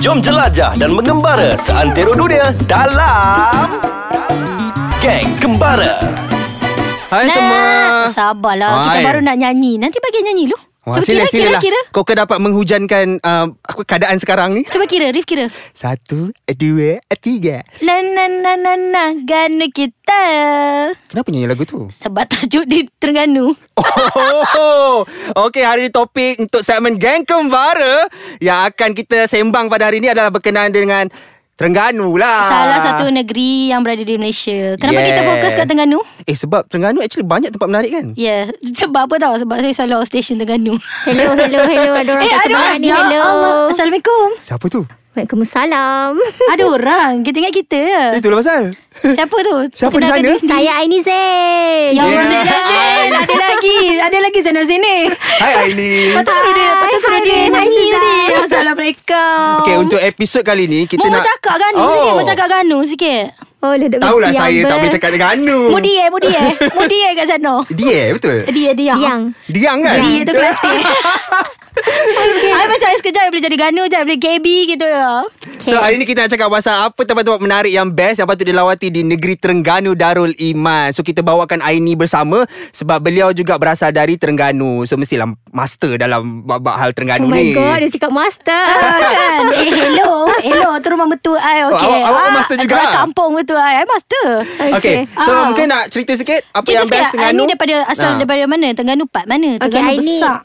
Jom jelajah dan mengembara seantero dunia dalam Geng Kembara. Hai nah. semua Sabarlah Kita Hai. baru nak nyanyi Nanti bagi nyanyi lu Wah, Cuba sila, sila kira kira lah. kira Kau ke dapat menghujankan uh, aku keadaan sekarang ni Cuba kira Rif kira Satu, dua, tiga La na na na na Gana kita Kenapa nyanyi lagu tu? Sebab tajuk di Terengganu Oh, Okey, hari ni topik untuk segmen Geng Kembara Yang akan kita sembang pada hari ni adalah berkenaan dengan Terengganu lah Salah satu negeri yang berada di Malaysia Kenapa Yeah. kita fokus kat Terengganu? Eh, sebab Terengganu actually banyak tempat menarik kan? Ya, yeah. sebab apa tahu? Sebab saya selalu out station Terengganu. Hello, hello, hello. Ada orang eh, kat ada sebelah orang. ni. Ya Hello. Allah. Assalamualaikum. Siapa tu? Waalaikumsalam. Ada orang. Kita ingat kita. Itulah pasal Siapa tu? Siapa di Kenal sana? gadis ni? Saya Aini Zain. Ya Allah, Yeah. Zainal Zain. Ada lagi. Ada lagi Zainal Zain ni. Hai Aini Patut suruh dia, Hai, patut suruh dia hai, nyanyi hai, tadi. Zainal. Masalah mereka. Okey, untuk episod kali ni kita Mau nak cakap kan oh. sikit Mau cakap kan sikit Oh, leduk Tahulah saya tak boleh cakap Terengganu Mu dia Mu dia Mu dia kat sana Dia betul? Dia dia Yang. Diang kan? Dia tu Kelantan okay. I macam I sekejap I boleh jadi Ganu je I boleh KB gitu ya So hari ni kita nak cakap pasal apa tempat-tempat menarik yang best yang patut dilawati di negeri Terengganu Darul Iman. So kita bawakan Aini bersama sebab beliau juga berasal dari Terengganu. So mestilah master dalam bab-bab hal Terengganu Oh my ni. god, dia cakap master. Ah, kan Eh hello Hello tu rumah betul I okay. Oh, awak- awak pun master juga? lah. rumah Kampung betul I I master Okay. okay. So Ah. mungkin nak cerita sikit apa Cerita yang best sikit I Terengganu. ni daripada Asal Ah. daripada mana Tengganu part mana Okay, Tengganu Aini. besar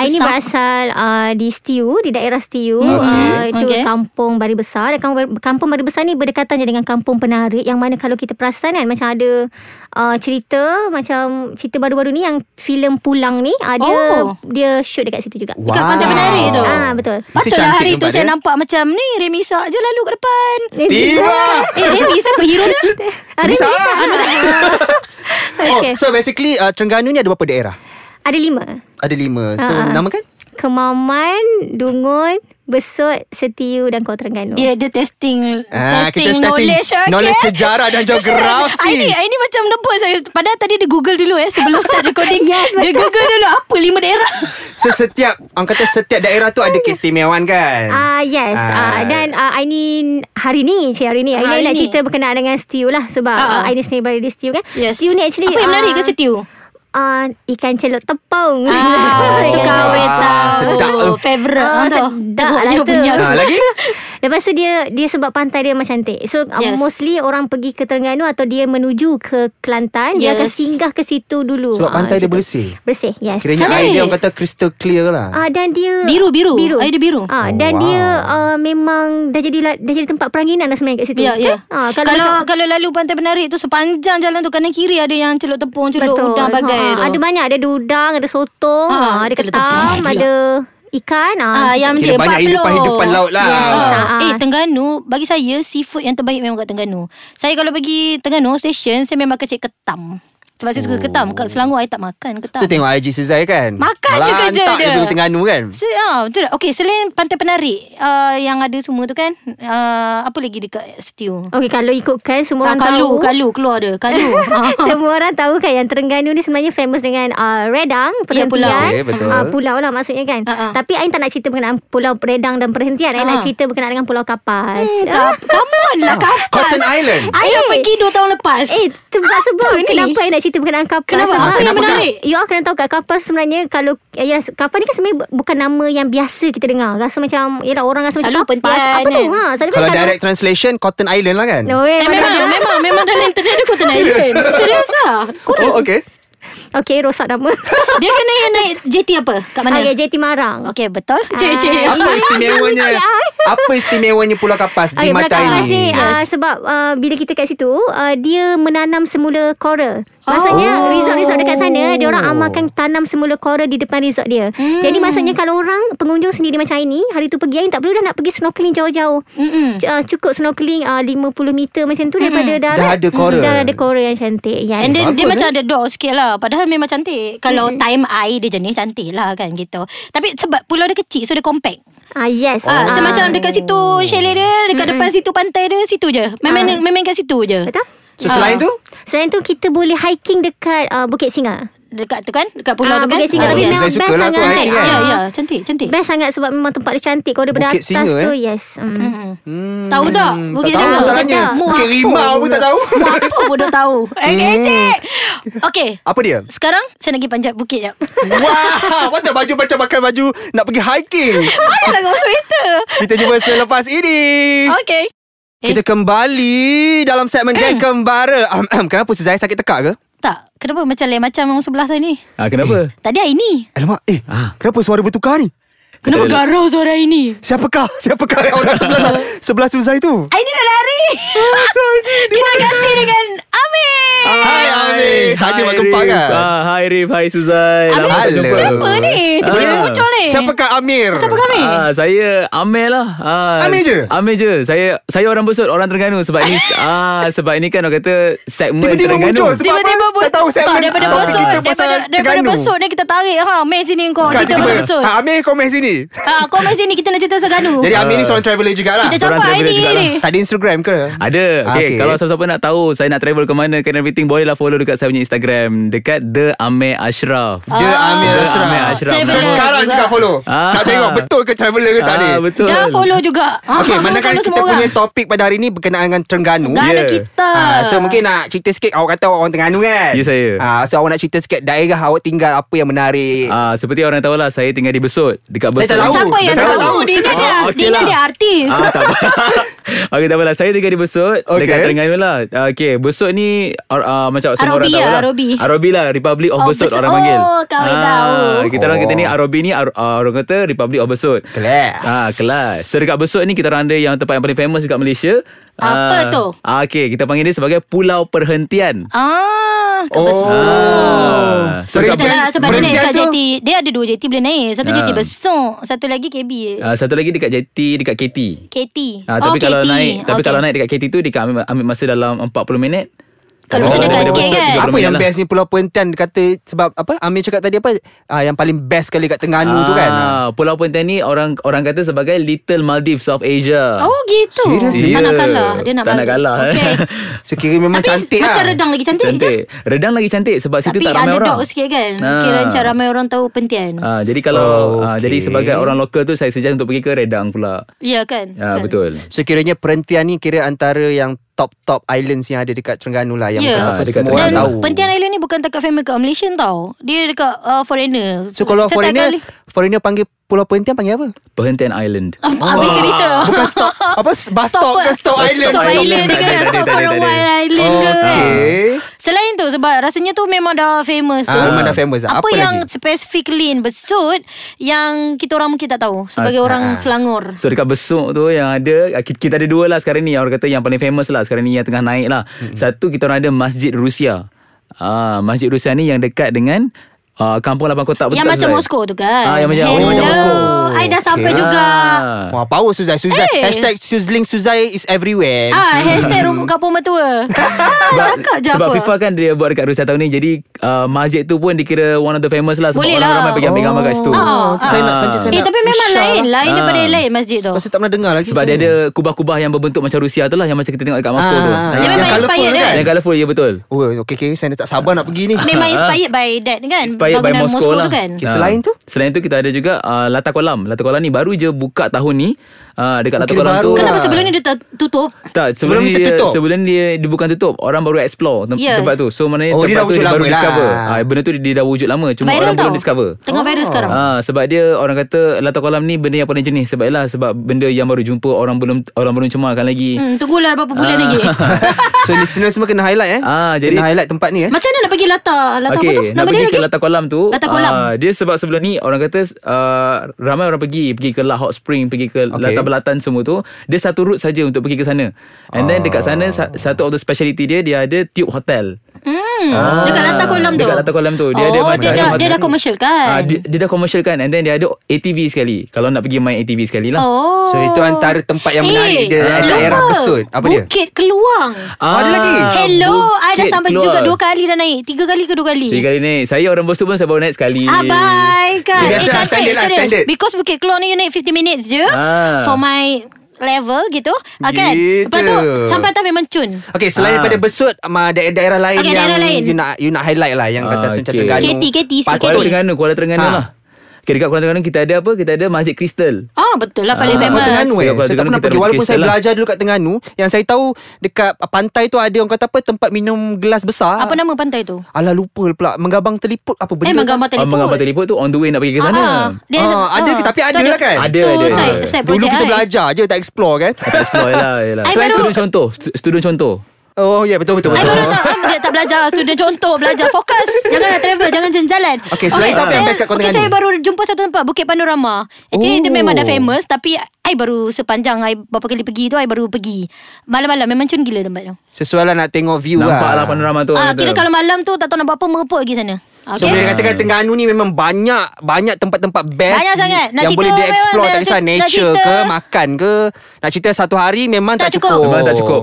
Aini Besar. berasal uh, di Setiu, di daerah Setiu. Okay. Uh, itu Okay. okay. kampung Bari Besar. Dan kampung, kampung Bari Besar ni berdekatan je dengan kampung penarik. Yang mana kalau kita perasan kan, macam ada uh, cerita, macam cerita baru-baru ni yang filem Pulang ni. Uh, dia Oh. dia shoot dekat situ juga. Wow. Dekat Pantai Menarik tu? Ah, betul. Mesti Patutlah cantik hari tu nampak saya dia. nampak macam ni Remisa je lalu ke depan Tiba. Eh Remy siapa hero Ah, dia? Hari Bisa. ni Oh, Okay. so basically uh, Terengganu ni ada berapa daerah? ada lima. Ada lima. So Ah. nama kan? Kemaman, Dungun, Besut, Setiu dan Kota Terengganu. Dia dia testing Ah, kita testing testing knowledge okay? knowledge sejarah dan geografi. Ini ini macam nebus saya. Padahal tadi dia Google dulu eh sebelum start recording. Yes, dia Google dulu apa lima daerah. So setiap Orang kata setiap daerah tu Ada keistimewaan kan Ah uh, yes Ah. uh, Dan uh, Aini Hari ni Cik hari ni Aini Hari nak ni. cerita Berkenaan dengan stew lah Sebab Ah. uh, Aini sendiri Bari di stew kan Yes. Stew ni actually ah, Apa yang menarik ke stew? Uh, ikan celok tepung Ah, tu yes. kau Ah, yang sedap. tahu. Favorite. ya. Ah, Ah, tu. sedap Tengok lah dia tu. punya. Ah, Lagi Lepas tu dia dia sebab pantai dia macam cantik. So Yes. yes. mostly orang pergi ke Terengganu atau dia menuju ke Kelantan, Yes. dia akan singgah ke situ dulu. Sebab Ah, pantai dia situ. bersih. Bersih, yes. Kiranya Cantik. air dia Orang kata crystal clear lah Ah dan dia Biru, biru. biru. Air dia biru. Oh, Ah dan wow. wow. dia uh, memang dah jadi la- dah jadi tempat peranginan lah sebenarnya kat situ. Ya, kan? ya. Ah kalau kalau, macam- lalu pantai menarik tu sepanjang jalan tu kanan kiri ada yang celup tepung, celup udang bagai Ha, tu. ada banyak ada udang, ada sotong, Ah, ha, ada kalau ketam, tepung pula. ada ikan. Ha, Ah, yang Kira je banyak 40. hidupan-hidupan laut lah. Yes, Ah. ah. Eh Tengganu Bagi saya Seafood yang terbaik memang kat Tengganu Saya kalau pergi Tengganu station Saya memang akan cek ketam Sebab saya suka ketam Kat Selangor saya tak makan ketam Oh. Tu tengok IG Suzai kan Makan je kerja Melantak dia. dia Terengganu kan Se- ah, betul tak? Okay selain Pantai Penarik uh, Yang ada semua tu kan uh, Apa lagi dekat Setiu Okey, kalau ikutkan Ah, semua Oh, orang Kalu tahu. Kalu keluar dia Kalu Ah. Semua orang tahu kan yang Terengganu ni sebenarnya famous dengan uh, Redang, pulau. perhentian. Ya, Okey, betul. Ah, pulau lah maksudnya kan. Ah, ah. Tapi Ain tak nak cerita berkenaan Pulau Redang dan perhentian. Ain Ah. Eh, nak cerita berkenaan dengan Pulau Kapas. Ah. Kap- Come on lah Kapas Cotton Island. I dah Eh. pergi 2 tahun lepas Eh, sebab sebab ni? kenapa Ain nak cerita berkenaan Kapas? Ah, Kenapa? Sebab Apa yang Kenapa, menarik? You all Ya, kena tahu kat kapas sebenarnya kalau ya, kapas ni kan sebenarnya bu- bukan nama yang biasa kita dengar. Rasa macam yalah orang rasa Selalu macam kapas pentian apa tu? kan? Ha, selalu Kalau direct translation Cotton Island lah kan No, way, Eh, mana memang, ada. memang, memang dalam internet ada Cotton Island Serius lah Oh okay Okay, rosak nama. Dia kena yang naik JT apa? Kat mana? okay, JT Marang. Okey, betul. Cik, cik. ya, Ah, Apa Ini istimewanya sama cik I. Apa istimewanya Pulau Kapas Di Okay, mata belakang Aini Mas ni uh, sebab uh, bila kita kat situ uh, dia menanam semula coral. Maksudnya Oh. resort-resort dekat sana dia orang amalkan tanam semula coral di depan resort dia. Hmm. Jadi maksudnya kalau orang pengunjung sendiri macam ini hari tu pergi Ain tak perlu dah nak pergi snorkeling jauh-jauh. Mm-mm. C- uh, cukup snorkeling uh, 50 meter macam tu daripada darat. Dah ada coral. Dah ada coral yang cantik. Ya, Yes. And then dia Bagus, macam eh? ada dog sikit lah Padahal memang cantik Kalau time I dia jenis cantik lah kan gitu Tapi sebab pulau dia kecil So dia compact Ah yes. ah, Macam-macam dekat situ Chalet dia Dekat depan situ pantai dia Situ je Main-main main kat situ je Ah. Betul? So selain tu Selain tu kita boleh hiking dekat uh, Bukit Singa. dekat tu kan Dekat pulau Ah, tu kan Bukit Singa. Ah, Tapi yes. memang Saya suka best lah tu, sangat. cantik Ya kan? Ah. ya cantik cantik Best sangat sebab memang tempat dia cantik. Kau daripada Bukit atas Singa, tu, eh? yes. Mm. Mm-mm. Hmm. Tahu tak? Bukit Hmm, tak tahu Singa. masalahnya. Tak tahu. Bukit Apa? Rimau pun tak tahu. Mu apa pun dah tahu Eh kecek Okay Apa dia? Sekarang Saya nak pergi panjat bukit jap Wah, what the baju macam pakai baju nak pergi hiking. lah Ayahlah kau sweater Kita jumpa selepas ini. Okay Eh. Hmm. Kita kembali dalam segmen Geng Kembara. Ahem, Kenapa Suzai sakit tekak ke? Tak Kenapa macam lain macam Orang sebelah saya ni Ah, kenapa? Tadi ini Alamak, eh, Ah. kenapa suara bertukar ni? Kenapa Tak ada- garau suara ini Siapakah? Siapakah yang orang sebelah sebelah Suzai tu? Aini dah lari Kita ganti dengan Amir Hai Amir. Saja mak Hai, kempang Rif. kan? Ah, hai Rif, hai Suzai. Amir Lama tak Hello. jumpa. siapa ni? Tiba-tiba Ah. muncul ni Siapakah Amir? Siapakah Amir? Ah, saya Amir lah. Ah, Amir je? Amir je. Saya saya orang besut, orang Terengganu sebab ni ah sebab ini kan orang kata segmen Tiba-tiba Terengganu. muncul sebab Tiba-tiba apa? Tak tahu segmen tak, daripada topik besut kita pasal daripada, daripada Terengganu. besut ni kita tarik ha Mei sini kau Bukan, cerita tiba-tiba. pasal besut Ha, Amir komen sini. ha kau Mei sini kita nak cerita pasal ganu Jadi Uh. ah, Amir ni seorang traveller jugalah. Oh. kita seorang capai traveller ni jugalah. ni Tak ada Instagram ke? Ada. Okay, Okey. okay. Kalau siapa-siapa nak tahu saya nak travel ke mana and everything, bolehlah follow dekat saya punya Instagram. Dekat The Amir Ashraf. Dia Ah. Amir Dia Ashraf. Amir Ashraf. Traveller Sekarang juga. juga follow. Ah. Nak tengok betul ke traveller ke tak ni? betul. dah follow juga ha, Okey, manakala follow kita semua punya orang. topik pada hari ni berkenaan dengan Terengganu. Gana Yeah. kita Ah, so mungkin nak cerita sikit Awak kata awak orang Terengganu kan Ya, saya. ah, So awak nak cerita sikit Daerah awak tinggal Apa yang menarik Ah, seperti orang tahu lah saya tinggal di Besut, dekat Saya Besut. tak tahu. Siapa yang Saya tahu, tak tahu. Dia kan dia, Ah, dia, okey kan lah. dia artis Ah, tak apa. Okey, tak apalah. Saya tinggal di Besut. Okey. Okay. Dekat Terengganu lah. Ah, Okey, Besut ni uh, uh, macam semua ROB orang tahu lah, lah. ROB. ROB lah. Republic of Oh, Besut Besut. orang Oh, panggil. Ah, kau tahu. Kita orang kata ni ROB ni uh, orang kata Republic of Besut. Kelas. Ah, kelas. So dekat Besut ni kita orang ada yang tempat yang paling famous dekat Malaysia. Apa Ah, tu? Ah, Okey, kita panggil dia sebagai Pulau Perhentian. ah kau Oh. Ah. So, So, tak dekat- tak, lah, sebab dia naik Perhentian kat tu- jeti Dia ada dua jeti boleh naik Satu Ah. jeti besok Satu lagi KB Ah, satu lagi dekat JT, dekat KT. KT Ah, tapi Oh, kalau KT. naik tapi Okey. kalau naik dekat KT tu dia ambil, ambil masa dalam 40 minit. Kalau Ah, besut dekat sikit besut kan? 30 Apa minit yang lah. best ni Pulau Pentian dia kata Sebab apa Amir cakap tadi apa ah, Yang paling best kali Kat Terengganu tu kan Ah, Pulau Pontian ni orang orang kata sebagai Little Maldives of Asia. Oh gitu Seriously? Tak nak Ya, kalah Dia nak tak nak balik. kalah. eh. Okey. So kira memang Tapi cantik macam lah. redang lagi cantik, cantik. cantik. Redang lagi cantik sebab Tapi situ tak ramai underdog orang. sikit kan Ah. Kira macam ramai orang tahu pentian Ah, jadi kalau Oh, oh, ah, jadi okay. sebagai orang lokal tu saya suggest untuk pergi ke Redang pula. Ya kan Kan? Ya, betul. So kiranya Perhentian ni Kira antara yang Top-top islands yang ada Dekat Terengganu lah Yang Ya. yeah. apa Ah, dekat semua orang Dan tahu Pentian Island ni bukan dekat family kat Malaysian tau Dia dekat uh, foreigner So kalau Setiap foreigner kali- Foreigner panggil Pulau Perhentian panggil apa? Perhentian Island. Ah, Habis cerita eh. Bukan stop Apa Bus stop ke Stop island Stop island ni kan Tak ada, tak ada, Stop tak for ada, a tak ada. while island Oh, ke ah. Okay Selain tu sebab rasanya tu memang dah famous tu. Ah, memang dah famous. Apa, Apa yang lagi? specifically in Besut yang kita orang mungkin tak tahu sebagai Ah, orang ah. Selangor. So dekat Besok tu yang ada ah, ki- Kita ada dua lah sekarang ni Yang orang kata yang paling famous lah Sekarang ni yang tengah naik lah Hmm. Satu kita orang ada Masjid Rusia ah, Masjid Rusia ni yang dekat dengan ah, Kampung Lapan Kotak Yang betul tak, macam Zai? Moskow tu kan. Ah, yang macam- oh, Hello. macam Moskow. I dah sampai Okay. juga. Ah. Wah power Suzai Suzai Eh. Hashtag Suzling Suzai is everywhere Ah, hashtag rumah kampung mertua. Ah, cakap je sebab apa. FIFA kan dia buat dekat Rusia tahun ni Jadi uh, masjid tu pun dikira one of the famous lah Sebab Boleh orang lah. ramai pergi ambil gambar kat situ Ah, tu saya nak- saja saya Eh nak tapi memang usah lain lah. Lain daripada Ah. lain masjid tu Masa tak pernah dengar lagi Sebab dia ada kubah-kubah yang berbentuk macam Rusia tu lah Yang macam kita tengok dekat Moskow tu Ah, Ah. Dia memang colourful inspired kan? Yang colourful ya betul Oh, okay, okay. Saya dah tak sabar nak pergi ni. Memang inspired by that kan Inspired by Bangunan Moscow, lah. tu kan Okay, selain tu? Selain tu kita ada juga uh, Lata Kolam. Lata Kolam ni baru je buka tahun ni. Uh, dekat Lata Kira Kolam baru tu. Kenapa lah. sebelum ni dia ter- tutup Sebelum Tak, sebelum, ni ni dia, tertutup? sebelum ni dia, dia bukan tutup. Orang baru explore tem- Ya. yeah. tempat tu. So maknanya Oh, dia dah tempat tu wujud dia baru lama lah. discover. Ah, benda tu dia, dia dah wujud lama. Cuma Viral orang tau belum discover. Tengah viral sekarang Ah, sebab dia orang kata latar kolam ni benda yang paling jenis sebab ialah sebab benda yang baru jumpa orang belum orang belum cemarkan lagi. Hmm, tunggulah berapa bulan Ah. lagi. So, listener semua kena highlight eh. Ah, jadi- kena highlight tempat ni eh. Macam mana nak pergi latar? Latar Okey, apa tu? nak Nama dia pergi lagi? ke Lata Kolam tu Latar Kolam. ah, Dia sebab sebelum ni Orang kata uh, Ramai orang pergi Pergi ke Lahok Spring Pergi ke okay. Lata Belatan semua tu Dia satu route saja Untuk pergi ke sana And Ah. then dekat sana sa- Satu of the speciality dia Dia ada Tube Hotel Hmm, dekat latar kolam tu. ah, Dekat Lata Kolam tu oh, Dia ada dia macam dah, dia dah commercial Ah, kan? dia, dia dah commercial kan And then dia ada ATV sekali Kalau nak pergi main ATV sekali lah Ah, oh. Eh, So, itu antara tempat yang menarik di daerah- lupa. daerah Besut. Apa dia? Bukit Keluang. ada lagi? Hello, I dah Bukit sampai Keluar. juga dua kali dah naik. Tiga kali ke dua kali? Tiga kali naik Saya orang bosu pun Saya baru naik sekali Ah, bye kan. Biasa lah, standard lah, standard. Because Bukit Keluang ni you naik 50 minutes je. Ah. For my level gitu. Ah, kan? Lepas Gitu. tu sampai tak memang cun. Okay selain Ah. daripada besut ma- da- Daerah lain Okey, yang daerah lain. You nak, you nak highlight lah Yang Ah, kata macam okey. Terengganu KT, KT, sikit Patut. Kuala KT. Terengganu Kuala Terengganu Ha. lah Okay, dekat Kuala Terengganu kita ada apa? Kita ada Masjid Kristal. Ah betul lah Kau paling Ah, Mas. famous. Terengganu eh Kalau Saya tak Terengganu pernah kita pergi ada Walaupun Bukit saya Selah. belajar dulu kat Terengganu Yang saya tahu Dekat pantai tu ada Orang kata apa Tempat minum gelas besar Apa nama pantai tu? Alah lupa pula Menggabang teliput Apa benda eh, Manggambar Ah, Telipot. Menggambar telipot tu on the way nak pergi ke sana. Dia, Ah, ada ke? Tapi Tu ada lah kan? Ada, tu ada. Side, side Dulu project kita kan? belajar je Tak explore kan Tak explore lah, lah. I Selain baru- student contoh, stu- student contoh. Oh ya yeah, betul betul I betul baru tak Dia tak belajar Student contoh Belajar fokus Jangan nak travel Jangan jalan-jalan Okey, selain tu apa yang saya- best kat Kota okey, Terengganu? saya baru jumpa satu tempat Bukit Panorama Actually dia Oh. memang dah famous Tapi I baru sepanjang I berapa kali pergi tu I baru pergi Malam-malam Memang cun gila tempat tu Sesuai lah nak tengok view Nampak lah lah panorama tu. Ah, orang Kira kata. kalau malam tu Tak tahu nak buat apa Merepot pergi sana So Okay boleh dikatakan Terengganu ni memang banyak Banyak tempat-tempat best Banyak sangat. Nak Yang cerita boleh memang- di-explore Tak nak kisah cer- nak nature ke cerita. Makan ke Nak cerita satu hari Memang tak, Tak cukup. cukup Memang tak cukup.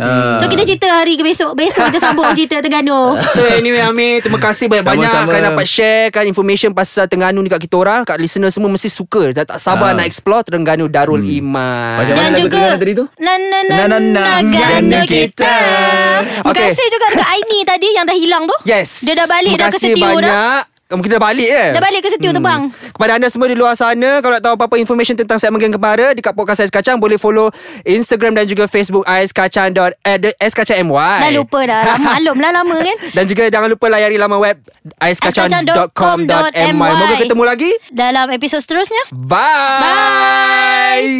Ah. So kita cerita hari ke besok Besok kita sambung cerita Terengganu So anyway Amir Terima kasih banyak-banyak Sama-sama. Kerana dapat sharekan Information pasal Terengganu ni Kat kita orang Kat listener semua Mesti suka Dah tak sabar Ah. Hmm. nak explore Terengganu Darul Iman Macam mana Dan lagu juga Terengganu tadi tu? Na na na Na, na, na na. Gana Gana kita kita. Terima Okay. kasih juga dekat Aini tadi Yang dah hilang tu Yes Dia dah balik dah Terima ke kasih setiu dah banyak Mungkin dah balik eh Dah balik ke setiu Hmm. tu bang Kepada anda semua di luar sana Kalau nak tahu apa-apa information Tentang segmen Geng Kepara Dekat podcast Ais Kacang Boleh follow Instagram dan juga Facebook Ais Kacang dot, eh, the- Ais Kacang MY Dah lupa dah Ram- Maklum lah lama kan Dan juga jangan lupa layari laman web aiskacang.com.my aiskacang.com.my. Moga ketemu lagi Dalam episod seterusnya Bye, Bye.